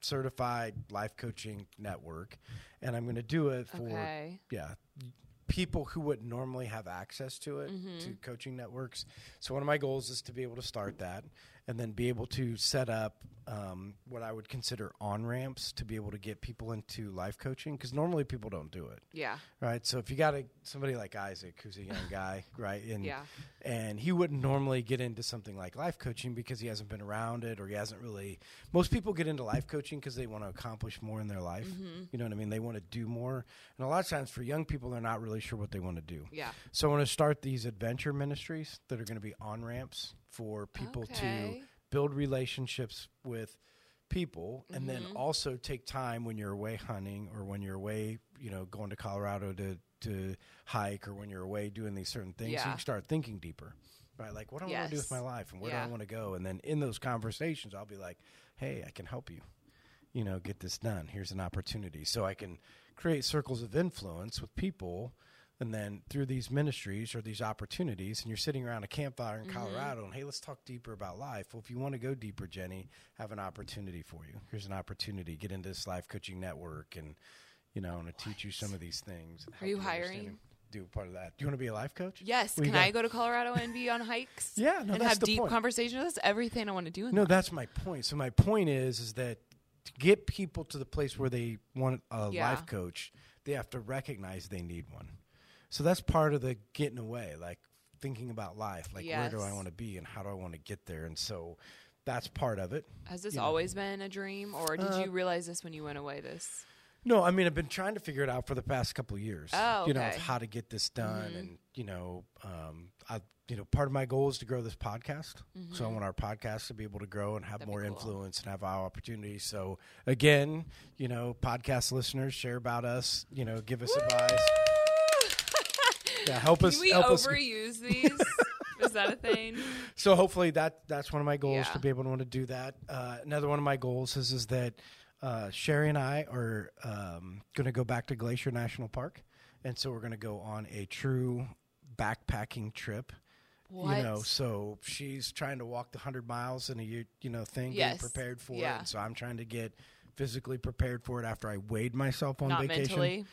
Speaker 1: certified life coaching network, and I'm going to do it for
Speaker 2: Okay.
Speaker 1: yeah people who would normally have access to it to coaching networks so one of my goals is to be able to start that and then be able to set up um, what i would consider on ramps to be able to get people into life coaching because normally people don't do it
Speaker 2: Yeah.
Speaker 1: right so if you got a, somebody like isaac who's a young guy right and
Speaker 2: Yeah.
Speaker 1: and he wouldn't normally get into something like life coaching because he hasn't been around it or he hasn't really most people get into life coaching because they want to accomplish more in their life
Speaker 2: Mm-hmm.
Speaker 1: you know what i mean they want to do more and a lot of times for young people they're not really sure what they want to do
Speaker 2: Yeah.
Speaker 1: so i want to start these adventure ministries that are going to be on ramps for people
Speaker 2: Okay.
Speaker 1: to build relationships with people and then
Speaker 2: Mm-hmm.
Speaker 1: also take time when you're away hunting or when you're away you know going to colorado to to hike or when you're away doing these certain things you
Speaker 2: Yeah.
Speaker 1: can start thinking deeper right like what do i want to do with
Speaker 2: Yes.
Speaker 1: my life and where do
Speaker 2: Yeah.
Speaker 1: i want to go and then in those conversations i'll be like hey i can help you you know get this done here's an opportunity so i can create circles of influence with people and then through these ministries or these opportunities and you're sitting around a campfire in
Speaker 2: Mm-hmm.
Speaker 1: colorado and hey let's talk deeper about life well if you want to go deeper jenny I have an opportunity for you here's an opportunity get into this life coaching network and you know i want to teach you some of these things and
Speaker 2: Are
Speaker 1: help
Speaker 2: you
Speaker 1: understand
Speaker 2: hiring?
Speaker 1: and do part of that do you want to be a life coach
Speaker 2: Yes.
Speaker 1: Well, you
Speaker 2: Can
Speaker 1: got-
Speaker 2: I go to Colorado and be on hikes?
Speaker 1: Yeah, no,
Speaker 2: and
Speaker 1: that's
Speaker 2: have
Speaker 1: the
Speaker 2: deep
Speaker 1: point.
Speaker 2: conversations. That's everything I want to do. In
Speaker 1: No,
Speaker 2: life.
Speaker 1: that's my point. So my point is, is that to get people to the place where they want a
Speaker 2: Yeah.
Speaker 1: life coach, they have to recognize they need one. So that's part of the getting away, like thinking about life, like where do I
Speaker 2: Yes.
Speaker 1: want to be and how do I want to get there, and so that's part of it.
Speaker 2: Has this always been a dream, or did
Speaker 1: Uh,
Speaker 2: you realize this when you went away? This.
Speaker 1: No, I mean I've been trying to figure it out for the past couple of years.
Speaker 2: Oh,
Speaker 1: you know of
Speaker 2: okay. Mm-hmm.
Speaker 1: how to get this done, and you know, um, I you know part of my goal is to grow this podcast. So I want our podcast to be able to grow and have
Speaker 2: Mm-hmm. That'd be
Speaker 1: more
Speaker 2: cool.
Speaker 1: influence and have our opportunities. So again, you know, podcast listeners share about us. You know, give us advice. Yeah, help us.
Speaker 2: Can we
Speaker 1: help us.
Speaker 2: overuse these? Is that a thing?
Speaker 1: So hopefully that that's one of my goals
Speaker 2: Yeah.
Speaker 1: to be able to want to do that. Uh, another one of my goals is is that uh, Sherry and I are um, going to go back to Glacier National Park, and so we're going to go on a true backpacking trip.
Speaker 2: What?
Speaker 1: You know, so she's trying to walk the hundred miles in a year, you know thing,
Speaker 2: Yes.
Speaker 1: getting prepared for it.
Speaker 2: Yeah.
Speaker 1: And so I'm trying to get physically prepared for it after I weighed myself on
Speaker 2: Not
Speaker 1: vacation.
Speaker 2: mentally.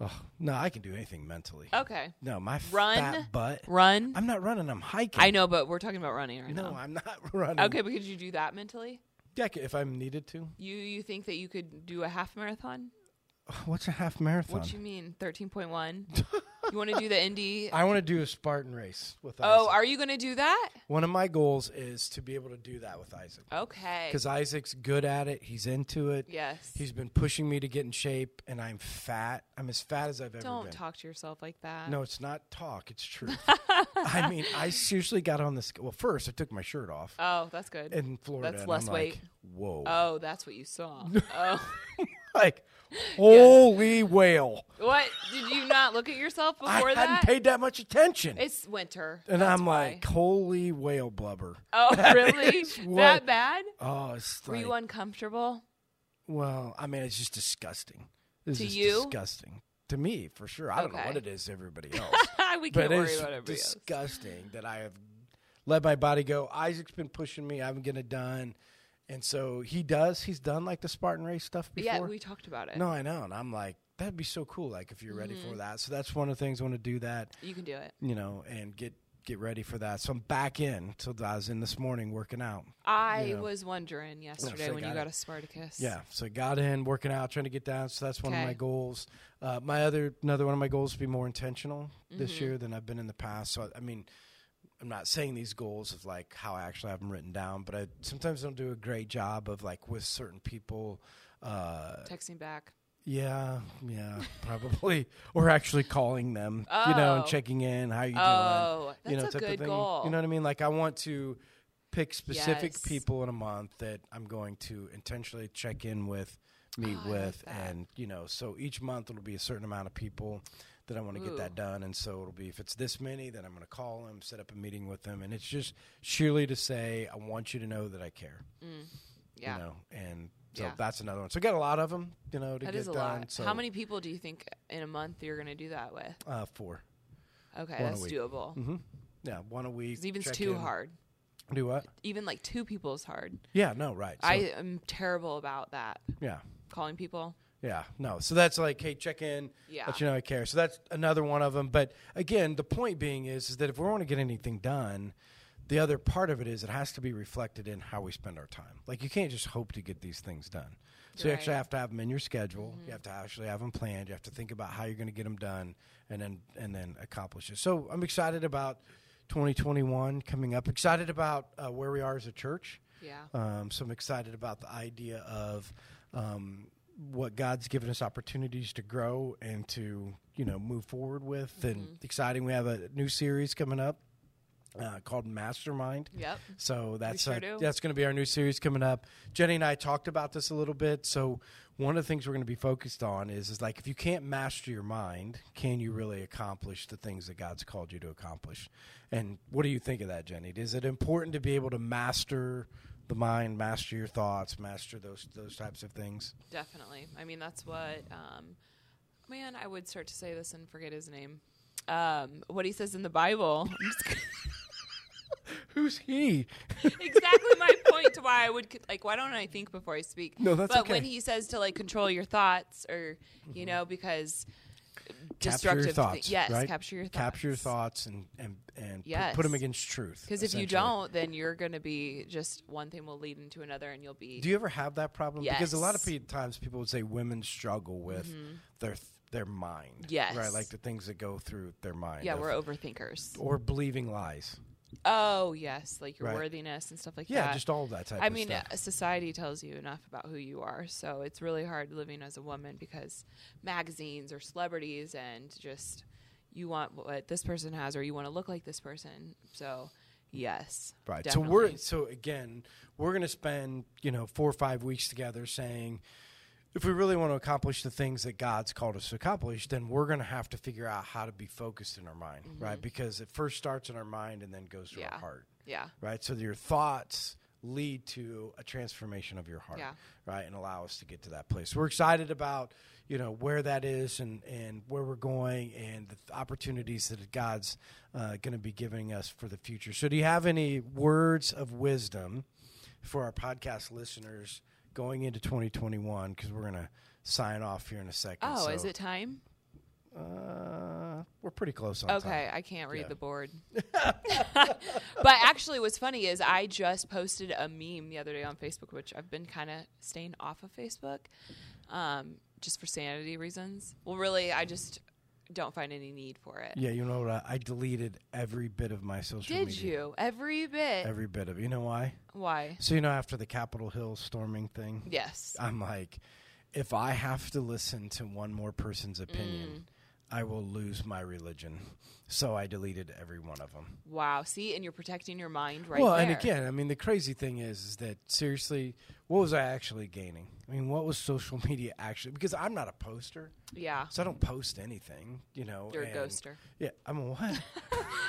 Speaker 1: Ugh, no, I can do anything mentally.
Speaker 2: Okay.
Speaker 1: No, my
Speaker 2: Run.
Speaker 1: fat butt.
Speaker 2: Run.
Speaker 1: I'm not running. I'm hiking.
Speaker 2: I know, but we're talking about running right
Speaker 1: No,
Speaker 2: now.
Speaker 1: I'm not running.
Speaker 2: Okay, but could you do that mentally?
Speaker 1: Yeah, I c- if I'm needed to.
Speaker 2: You you think that you could do a half marathon?
Speaker 1: What's a half marathon?
Speaker 2: What you mean, thirteen point one? You want to do the indie?
Speaker 1: I want to do a Spartan race with Isaac.
Speaker 2: Oh, are you going to do that?
Speaker 1: One of my goals is to be able to do that with Isaac
Speaker 2: Okay.
Speaker 1: because Isaac's good at it. He's into it.
Speaker 2: Yes.
Speaker 1: He's been pushing me to get in shape, and I'm fat. I'm as fat as I've ever
Speaker 2: Don't
Speaker 1: been.
Speaker 2: talk to yourself like that.
Speaker 1: No, it's not talk. It's true. I mean, I seriously got on this. Well, first I took my shirt off
Speaker 2: Oh, that's good.
Speaker 1: in Florida.
Speaker 2: That's
Speaker 1: and
Speaker 2: less
Speaker 1: I'm
Speaker 2: weight.
Speaker 1: Like, Whoa!
Speaker 2: oh, that's what you saw. Oh,
Speaker 1: like, holy whale!
Speaker 2: what? Did you not look at yourself
Speaker 1: I
Speaker 2: before that?
Speaker 1: hadn't paid that much attention,
Speaker 2: it's winter.
Speaker 1: and
Speaker 2: that's
Speaker 1: I'm
Speaker 2: why.
Speaker 1: like, holy whale blubber.
Speaker 2: oh, really?
Speaker 1: is what-
Speaker 2: that bad?
Speaker 1: Oh, it's
Speaker 2: Were
Speaker 1: like,
Speaker 2: you uncomfortable?
Speaker 1: well, I mean, it's just disgusting. It's
Speaker 2: To
Speaker 1: just
Speaker 2: you?
Speaker 1: disgusting to me for sure. I don't know
Speaker 2: Okay.
Speaker 1: what it is to everybody else.
Speaker 2: we can't
Speaker 1: but
Speaker 2: worry
Speaker 1: it's
Speaker 2: about it.
Speaker 1: disgusting that I have let my body go. Isaac's been pushing me. I'm gonna done, and so he does. He's done like the Spartan race stuff before.
Speaker 2: Yeah, we talked about it.
Speaker 1: no, I know, and I'm like, that'd be so cool. Like if you're ready for
Speaker 2: Mm-hmm.
Speaker 1: that. So that's one of the things I want to do that,
Speaker 2: You can do it.
Speaker 1: you know, and get get ready for that. So I'm back in. So I was in this morning working out.
Speaker 2: I
Speaker 1: You know.
Speaker 2: was wondering yesterday
Speaker 1: they
Speaker 2: when you
Speaker 1: Oh, got
Speaker 2: got
Speaker 1: it.
Speaker 2: a Spartacus.
Speaker 1: Yeah, so I got in working out, trying to get down. So that's one of my
Speaker 2: Okay.
Speaker 1: goals. Uh, my other another one of my goals is to be more intentional
Speaker 2: Mm-hmm.
Speaker 1: this year than I've been in the past. So I, I mean, I'm not saying these goals of like how I actually have them written down, but I sometimes don't do a great job of like with certain people. Uh,
Speaker 2: Texting back.
Speaker 1: yeah, yeah, probably, or actually calling them, you know, and
Speaker 2: Oh.
Speaker 1: checking in. How you doing?
Speaker 2: Oh, that's
Speaker 1: you know,
Speaker 2: a
Speaker 1: type of
Speaker 2: good
Speaker 1: thing.
Speaker 2: goal.
Speaker 1: You know what I mean? Like I want to pick specific
Speaker 2: Yes.
Speaker 1: people in a month that I'm going to intentionally check in with, meet
Speaker 2: Oh, I like
Speaker 1: with,
Speaker 2: that.
Speaker 1: and you know, so each month it'll be a certain amount of people that I want to get
Speaker 2: Ooh.
Speaker 1: that done, and so it'll be if it's this many, then I'm going to call them, set up a meeting with them, and it's just surely to say I want you to know that I care.
Speaker 2: yeah.
Speaker 1: You know, and so
Speaker 2: Yeah.
Speaker 1: that's another one. So I got a lot of them, you know, to
Speaker 2: That
Speaker 1: get
Speaker 2: is a
Speaker 1: done.
Speaker 2: lot.
Speaker 1: So
Speaker 2: How many people do you think in a month you're going to do that with?
Speaker 1: Uh, four.
Speaker 2: Okay,
Speaker 1: One a
Speaker 2: that's
Speaker 1: week.
Speaker 2: doable.
Speaker 1: Yeah, one a week.
Speaker 2: 'Cause even's
Speaker 1: check
Speaker 2: too
Speaker 1: in.
Speaker 2: hard.
Speaker 1: Do what?
Speaker 2: Even like two people is hard.
Speaker 1: Yeah, no, right. So,
Speaker 2: I am terrible about that.
Speaker 1: yeah.
Speaker 2: Calling people.
Speaker 1: Yeah, no. So that's like, hey, check in.
Speaker 2: Yeah.
Speaker 1: Let you know I care. So that's another one of them. But again, the point being is, is that if we want to get anything done, the other part of it is it has to be reflected in how we spend our time. Like you can't just hope to get these things done. So you actually
Speaker 2: Right. Mm-hmm.
Speaker 1: have to have them in your schedule. You have to actually have them planned. You have to think about how you're going to get them done, and then and then accomplish it. So I'm excited about 2021 coming up. Excited about uh, where we are as a church.
Speaker 2: Yeah.
Speaker 1: Um, so I'm excited about the idea of um, what God's given us opportunities to grow and to you know move forward with. And exciting, we have a new series coming up uh, called Mastermind.
Speaker 2: Yep.
Speaker 1: So that's
Speaker 2: sure
Speaker 1: uh,
Speaker 2: do.
Speaker 1: that's going to be our new series coming up. Jenny and I talked about this a little bit. So one of the things we're going to be focused on is is like if you can't master your mind, can you really accomplish the things that God's called you to accomplish? And what do you think of that, Jenny? Is it important to be able to master the mind, master your thoughts, master those those types of things?
Speaker 2: Definitely. I mean, that's what, um, man, I would start to say this and forget his name. Um, what he says in the Bible. I'm just kidding.
Speaker 1: Who's he?
Speaker 2: exactly my point to why I would c- like why don't I think before I speak?
Speaker 1: No, that's
Speaker 2: But
Speaker 1: okay. Mm-hmm.
Speaker 2: when he says to like control your thoughts or you know because
Speaker 1: Capture
Speaker 2: destructive
Speaker 1: your
Speaker 2: thi-
Speaker 1: thoughts.
Speaker 2: yes,
Speaker 1: right?
Speaker 2: capture your thoughts.
Speaker 1: Capture your thoughts and and and pu-
Speaker 2: Yes.
Speaker 1: put them against truth.
Speaker 2: Because if you
Speaker 1: essentially.
Speaker 2: don't, then you're going to be just one thing will lead into another, and you'll be
Speaker 1: Do you ever have that problem? Because a lot of
Speaker 2: Yes. Mm-hmm.
Speaker 1: pe- times people would say women struggle with their th- their mind.
Speaker 2: Yes.
Speaker 1: Right, like the things that go through their mind.
Speaker 2: yeah,
Speaker 1: of-
Speaker 2: we're overthinkers.
Speaker 1: or believing lies.
Speaker 2: Oh yes, like your
Speaker 1: Right.
Speaker 2: worthiness and stuff like
Speaker 1: Yeah,
Speaker 2: that.
Speaker 1: just all that type
Speaker 2: I
Speaker 1: of
Speaker 2: mean,
Speaker 1: stuff.
Speaker 2: uh, society tells you enough about who you are, so it's really hard living as a woman because magazines or celebrities and just you want what this person has or you want to look like this person. So, yes,
Speaker 1: Right.
Speaker 2: definitely.
Speaker 1: So we're so again, we're going to spend, you know, 4 or 5 weeks together saying if we really want to accomplish the things that God's called us to accomplish, then we're going to have to figure out how to be focused in our mind, right? Because it first starts in our mind and then goes to our
Speaker 2: Mm-hmm. Yeah.
Speaker 1: heart.
Speaker 2: yeah,
Speaker 1: right? So your thoughts lead to a transformation of your heart,
Speaker 2: Yeah.
Speaker 1: right? And allow us to get to that place. We're excited about you know where that is and and where we're going and the th- opportunities that God's uh, going to be giving us for the future. So, do you have any words of wisdom for our podcast listeners going into 2021? Because we're going to sign off here in a second.
Speaker 2: Oh,
Speaker 1: So,
Speaker 2: is it time?
Speaker 1: Uh, we're pretty close on time.
Speaker 2: Okay, I can't read
Speaker 1: Yeah.
Speaker 2: the board. but actually, what's funny is I just posted a meme the other day on Facebook, which I've been kind of staying off of Facebook, um, just for sanity reasons. Well, really, I just don't find any need for it.
Speaker 1: Yeah, you know what? I, I deleted every bit of my social
Speaker 2: Did
Speaker 1: media.
Speaker 2: you? Every bit.
Speaker 1: Every bit of it. You know why?
Speaker 2: Why?
Speaker 1: So, you know, after the Capitol Hill storming thing,
Speaker 2: Yes.
Speaker 1: I'm like, if I have to listen to one more person's
Speaker 2: Mm.
Speaker 1: opinion, I will lose my religion. So I deleted every one of them.
Speaker 2: Wow. See, and you're protecting your mind right
Speaker 1: well,
Speaker 2: there.
Speaker 1: and again, I mean, the crazy thing is, is that seriously, what was I actually gaining? I mean, what was social media actually? Because I'm not a poster,
Speaker 2: Yeah.
Speaker 1: so I don't post anything. You know,
Speaker 2: You're a
Speaker 1: and-
Speaker 2: ghoster.
Speaker 1: Yeah, I'm a what?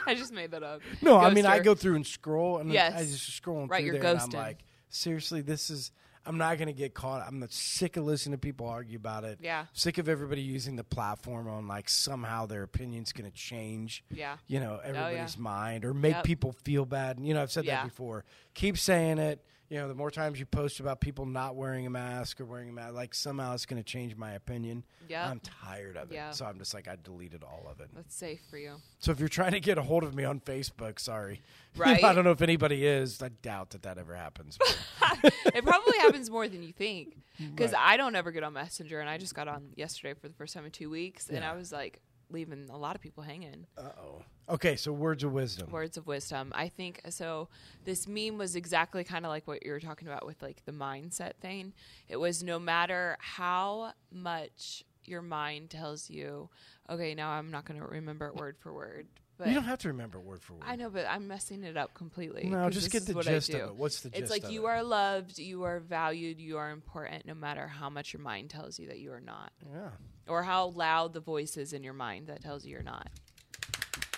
Speaker 2: I just made that up.
Speaker 1: No, I mean I
Speaker 2: Ghoster.
Speaker 1: go through and scroll, and
Speaker 2: Yes.
Speaker 1: I just scrolling
Speaker 2: Right,
Speaker 1: through
Speaker 2: you're
Speaker 1: there,
Speaker 2: ghosting.
Speaker 1: and I'm like, seriously, this is. I'm not going to get caught. I'm sick of listening to people argue about it.
Speaker 2: Yeah.
Speaker 1: Sick of everybody using the platform on like somehow their opinion's going to change.
Speaker 2: Yeah. Oh,
Speaker 1: You know everybody's mind or make
Speaker 2: Yep.
Speaker 1: people feel bad. And, you know I've said
Speaker 2: Yeah.
Speaker 1: that before. Keep saying it. You know the more times you post about people not wearing a mask or wearing a mask, like somehow it's going to change my opinion.
Speaker 2: Yep.
Speaker 1: I'm tired of it.
Speaker 2: Yeah.
Speaker 1: So I'm just like I deleted all of it.
Speaker 2: That's safe for you.
Speaker 1: So if you're trying to get a hold of me on Facebook, sorry.
Speaker 2: Right.
Speaker 1: I don't know if anybody is. I doubt that that ever happens. but-
Speaker 2: It probably happens more than you think because I don't ever get on Messenger, and I just got on yesterday for the first time in two weeks, and I was like leaving a lot of people hanging.
Speaker 1: Uh-oh. Okay, so words of wisdom.
Speaker 2: Words of wisdom. I think so. This meme was exactly kind of like what you were talking about with like the mindset thing. It was no matter how much your mind tells you, okay, now I'm not going to remember it word for word, but
Speaker 1: You don't have to remember word for word.
Speaker 2: I know, but I'm messing it up completely.
Speaker 1: No,
Speaker 2: 'cause
Speaker 1: just
Speaker 2: this
Speaker 1: get
Speaker 2: is
Speaker 1: the
Speaker 2: what I
Speaker 1: gist of
Speaker 2: do.
Speaker 1: it. What's the
Speaker 2: It's
Speaker 1: gist
Speaker 2: like
Speaker 1: of
Speaker 2: you
Speaker 1: it?
Speaker 2: are loved, you are valued, you are important, no matter how much your mind tells you that you are not,
Speaker 1: Yeah.
Speaker 2: or how loud the voice is in your mind that tells you you're not.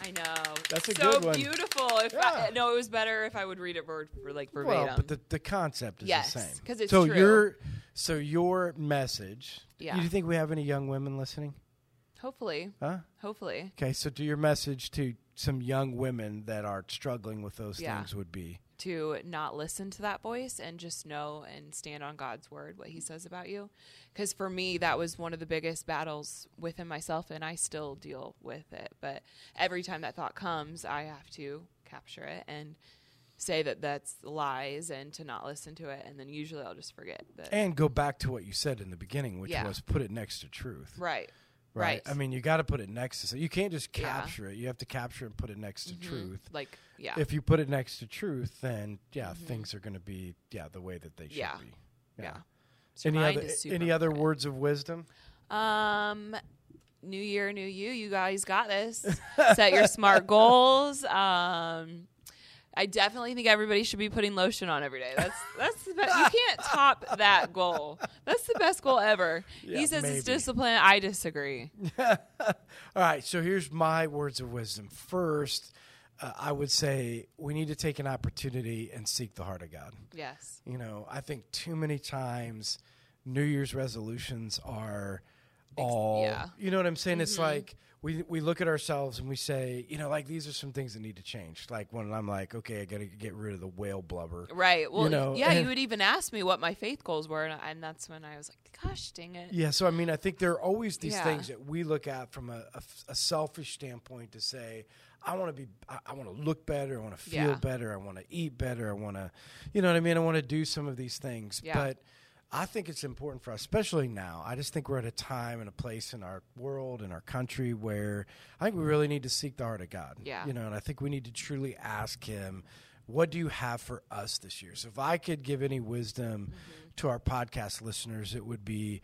Speaker 2: I know.
Speaker 1: That's a
Speaker 2: so
Speaker 1: good one.
Speaker 2: beautiful. If I,
Speaker 1: Yeah.
Speaker 2: no, it was better if I would read it word for like verbatim.
Speaker 1: Well, but the, the concept is
Speaker 2: Yes,
Speaker 1: the same.
Speaker 2: 'cause it's
Speaker 1: so
Speaker 2: true.
Speaker 1: your so your message.
Speaker 2: Yeah.
Speaker 1: Do you think we have any young women listening?
Speaker 2: hopefully,
Speaker 1: Huh?
Speaker 2: hopefully,
Speaker 1: Okay, so do your message to some young women that are struggling with those
Speaker 2: Yeah.
Speaker 1: things would be.
Speaker 2: to not listen to that voice and just know and stand on God's word, what He says about you. Because for me, that was one of the biggest battles within myself, and I still deal with it. But every time that thought comes, I have to capture it and say that that's lies and to not listen to it. And then usually I'll just forget that.
Speaker 1: And go back to what you said in the beginning, which
Speaker 2: Yeah.
Speaker 1: was put it next to truth.
Speaker 2: right.
Speaker 1: right?
Speaker 2: Right.
Speaker 1: I mean, you got to put it next to. So you can't just
Speaker 2: Yeah.
Speaker 1: capture it. You have to capture and put it next to truth.
Speaker 2: Like, yeah. Mm-hmm.
Speaker 1: If you put it next to truth, then yeah, things are going to be yeah the way that they should
Speaker 2: Yeah.
Speaker 1: be.
Speaker 2: yeah. So
Speaker 1: Any
Speaker 2: mine
Speaker 1: other
Speaker 2: is super
Speaker 1: any other
Speaker 2: important.
Speaker 1: words of wisdom?
Speaker 2: Um, new year, new you. You guys got this. Set your smart goals. Um, I definitely think everybody should be putting lotion on every day. That's that's the best. You can't top that goal. That's the best goal ever.
Speaker 1: Yeah,
Speaker 2: he says
Speaker 1: maybe.
Speaker 2: it's discipline. I disagree.
Speaker 1: All right, so here's my words of wisdom. First, uh, I would say we need to take an opportunity and seek the heart of God.
Speaker 2: Yes.
Speaker 1: You know, I think too many times New Year's resolutions are all
Speaker 2: yeah.
Speaker 1: you know what I'm saying? It's like we we look at ourselves and we say, you know, like these are some things that need to change. Like when I'm like, okay, I gotta get rid of the whale blubber.
Speaker 2: Right. Well,
Speaker 1: know,
Speaker 2: yeah.
Speaker 1: and-
Speaker 2: You would even ask me what my faith goals were, and, and that's when I was like, "Gosh, dang it."
Speaker 1: Yeah, so I mean, I think there are always these
Speaker 2: Yeah.
Speaker 1: things that we look at from a, a f- a selfish standpoint to say, I want to be, I, I want to look better, I want to feel
Speaker 2: Yeah.
Speaker 1: better, I want to eat better, I want to, you know what I mean? I want to do some of these things.
Speaker 2: Yeah.
Speaker 1: But I think it's important for us, especially now. I just think we're at a time and a place in our world, in our country, where I think we really need to seek the heart of God.
Speaker 2: Yeah.
Speaker 1: You know, and I think we need to truly ask Him, what do you have for us this year? So if I could give any wisdom
Speaker 2: Mm-hmm.
Speaker 1: to our podcast listeners, it would be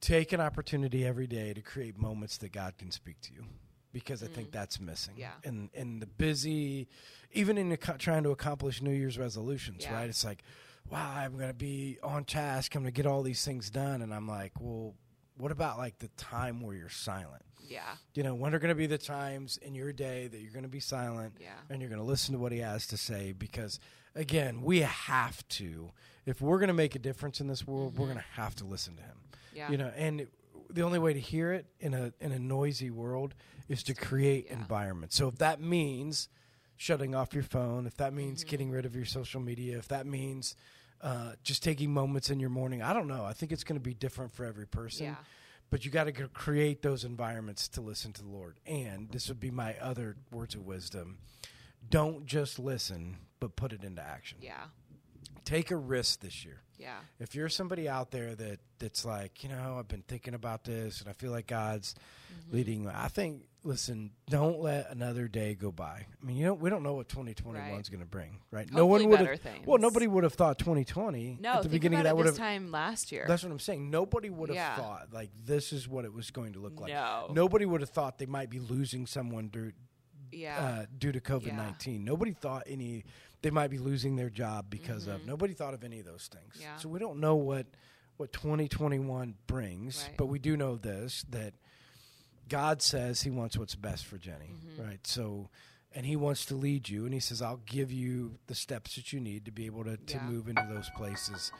Speaker 1: take an opportunity every day to create moments that God can speak to you because I think that's missing.
Speaker 2: Mm. Yeah.
Speaker 1: And in the busy, even in ac- trying to accomplish New Year's resolutions,
Speaker 2: Yeah.
Speaker 1: right? It's like, wow, I'm going to be on task. I'm going to get all these things done. And I'm like, well, what about like the time where you're silent?
Speaker 2: Yeah.
Speaker 1: You know, when are going to be the times in your day that you're going to be silent
Speaker 2: Yeah.
Speaker 1: and you're going to listen to what he has to say? Because, again, we have to. If we're going to make a difference in this world,
Speaker 2: Mm-hmm.
Speaker 1: we're going to have to listen to him.
Speaker 2: Yeah.
Speaker 1: You know, and it- the only way to hear it in a in a noisy world is to create
Speaker 2: yeah.
Speaker 1: environment. So if that means shutting off your phone, if that
Speaker 2: Mm-hmm.
Speaker 1: means getting rid of your social media, if that means uh, just taking moments in your morning, I don't know. I think it's going to be different for every person
Speaker 2: Yeah.
Speaker 1: but you got to create those environments to listen to the Lord. And this would be my other words of wisdom: don't just listen, but put it into action.
Speaker 2: Yeah.
Speaker 1: Take a risk this year.
Speaker 2: Yeah.
Speaker 1: If you're somebody out there that that's like, you know, I've been thinking about this, and I feel like God's
Speaker 2: Mm-hmm.
Speaker 1: leading. I think. Listen, don't let another day go by. I mean, you know, we don't know what 2021 is
Speaker 2: Right.
Speaker 1: going to bring, right?
Speaker 2: Hopefully
Speaker 1: no one would
Speaker 2: better
Speaker 1: have.
Speaker 2: things.
Speaker 1: Well, nobody would have thought 2020
Speaker 2: No,
Speaker 1: at the
Speaker 2: think
Speaker 1: beginning
Speaker 2: about
Speaker 1: of that
Speaker 2: it
Speaker 1: would
Speaker 2: this
Speaker 1: have.
Speaker 2: time last year.
Speaker 1: That's what I'm saying. Nobody would have
Speaker 2: Yeah.
Speaker 1: thought like this is what it was going to look like.
Speaker 2: No.
Speaker 1: Nobody would have thought they might be losing someone due
Speaker 2: yeah.
Speaker 1: uh, due to COVID nineteen. Nobody thought any they might be losing their job because of. Nobody thought of any of those things.
Speaker 2: Mm-hmm. Yeah.
Speaker 1: So we don't know what what 2021 brings,
Speaker 2: Right.
Speaker 1: but we do know this that God says He wants what's best for Jenny,
Speaker 2: Mm-hmm.
Speaker 1: right? So. And he wants to lead you, and he says, "I'll give you the steps that you need to be able to, to
Speaker 2: Yeah.
Speaker 1: move into those places."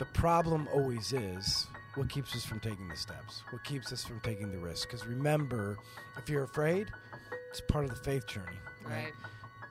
Speaker 1: the problem always is what keeps us from taking the steps, what keeps us from taking the risk. Because remember, if you're afraid, it's part of the faith journey, right?
Speaker 2: right.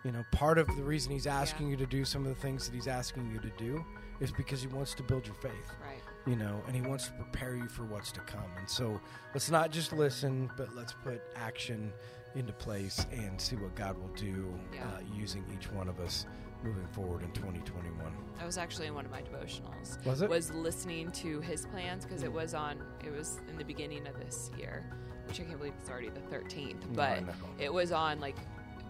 Speaker 1: You know, part of the reason he's asking
Speaker 2: Yeah.
Speaker 1: you to do some of the things that he's asking you to do is because he wants to build your faith,
Speaker 2: Right.
Speaker 1: you know, and he wants to prepare you for what's to come. And so let's not just listen, but let's put action into place and see what God will do
Speaker 2: Yeah.
Speaker 1: uh, using each one of us moving forward in 2021.
Speaker 2: That was actually in one of my devotionals.
Speaker 1: Was it?
Speaker 2: Was listening to his plans because it was on. It was in the beginning of this year, which I can't believe it's already the 13th.
Speaker 1: No, I
Speaker 2: but
Speaker 1: know.
Speaker 2: it was on like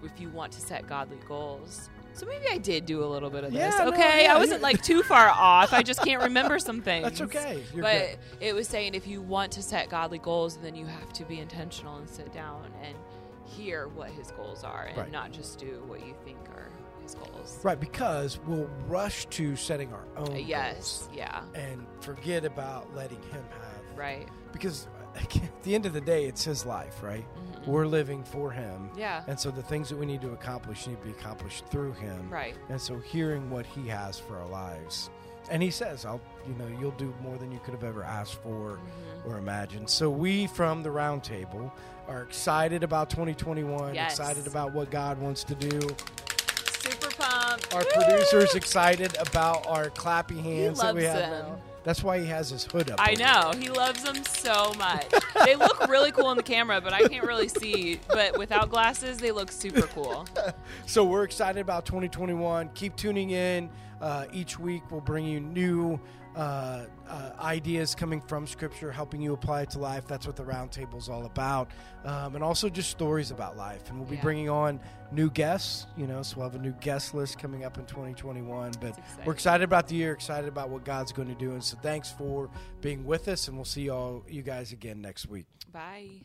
Speaker 2: if you want to set godly goals. So maybe I did do a little bit of this.
Speaker 1: Yeah, no,
Speaker 2: okay,
Speaker 1: yeah,
Speaker 2: I wasn't
Speaker 1: you-
Speaker 2: like too far off. I just can't remember some things.
Speaker 1: That's okay. You're
Speaker 2: but
Speaker 1: good.
Speaker 2: it was saying if you want to set godly goals, then you have to be intentional and sit down and hear what his goals are, and
Speaker 1: Right.
Speaker 2: not just do what you think are his goals.
Speaker 1: Right, because we'll rush to setting our own
Speaker 2: Yes. Yeah.
Speaker 1: goals and forget about letting him have.
Speaker 2: Right.
Speaker 1: Because at the end of the day, it's his life, right? We're living for him.
Speaker 2: Mm-hmm. Yeah.
Speaker 1: And so the things that we need to accomplish need to be accomplished through him.
Speaker 2: Right.
Speaker 1: And so hearing what he has for our lives. And he says, I'll, you know, you'll do more than you could have ever asked for
Speaker 2: Mm-hmm.
Speaker 1: or imagined. So we from the round table are excited about 2021,
Speaker 2: Yes.
Speaker 1: excited about what God wants to do.
Speaker 2: Super pumped.
Speaker 1: Our
Speaker 2: Woo!
Speaker 1: producer's excited about our clappy hands that we
Speaker 2: loves
Speaker 1: have
Speaker 2: them.
Speaker 1: now. That's why he has his hood up.
Speaker 2: I
Speaker 1: over.
Speaker 2: know. He loves them so much. they look really cool on the camera, but I can't really see. But without glasses, they look super cool.
Speaker 1: So we're excited about 2021. Keep tuning in. Uh, each week we'll bring you new uh, uh, ideas coming from Scripture, helping you apply it to life. That's what the roundtable's all about, um, and also just stories about life. And we'll be
Speaker 2: Yeah.
Speaker 1: bringing on new guests. You know, so we'll have a new guest list coming up in 2021. But
Speaker 2: exciting.
Speaker 1: we're excited about the year, excited about what God's going to do. And so thanks for being with us, and we'll see all you guys again next week.
Speaker 2: Bye.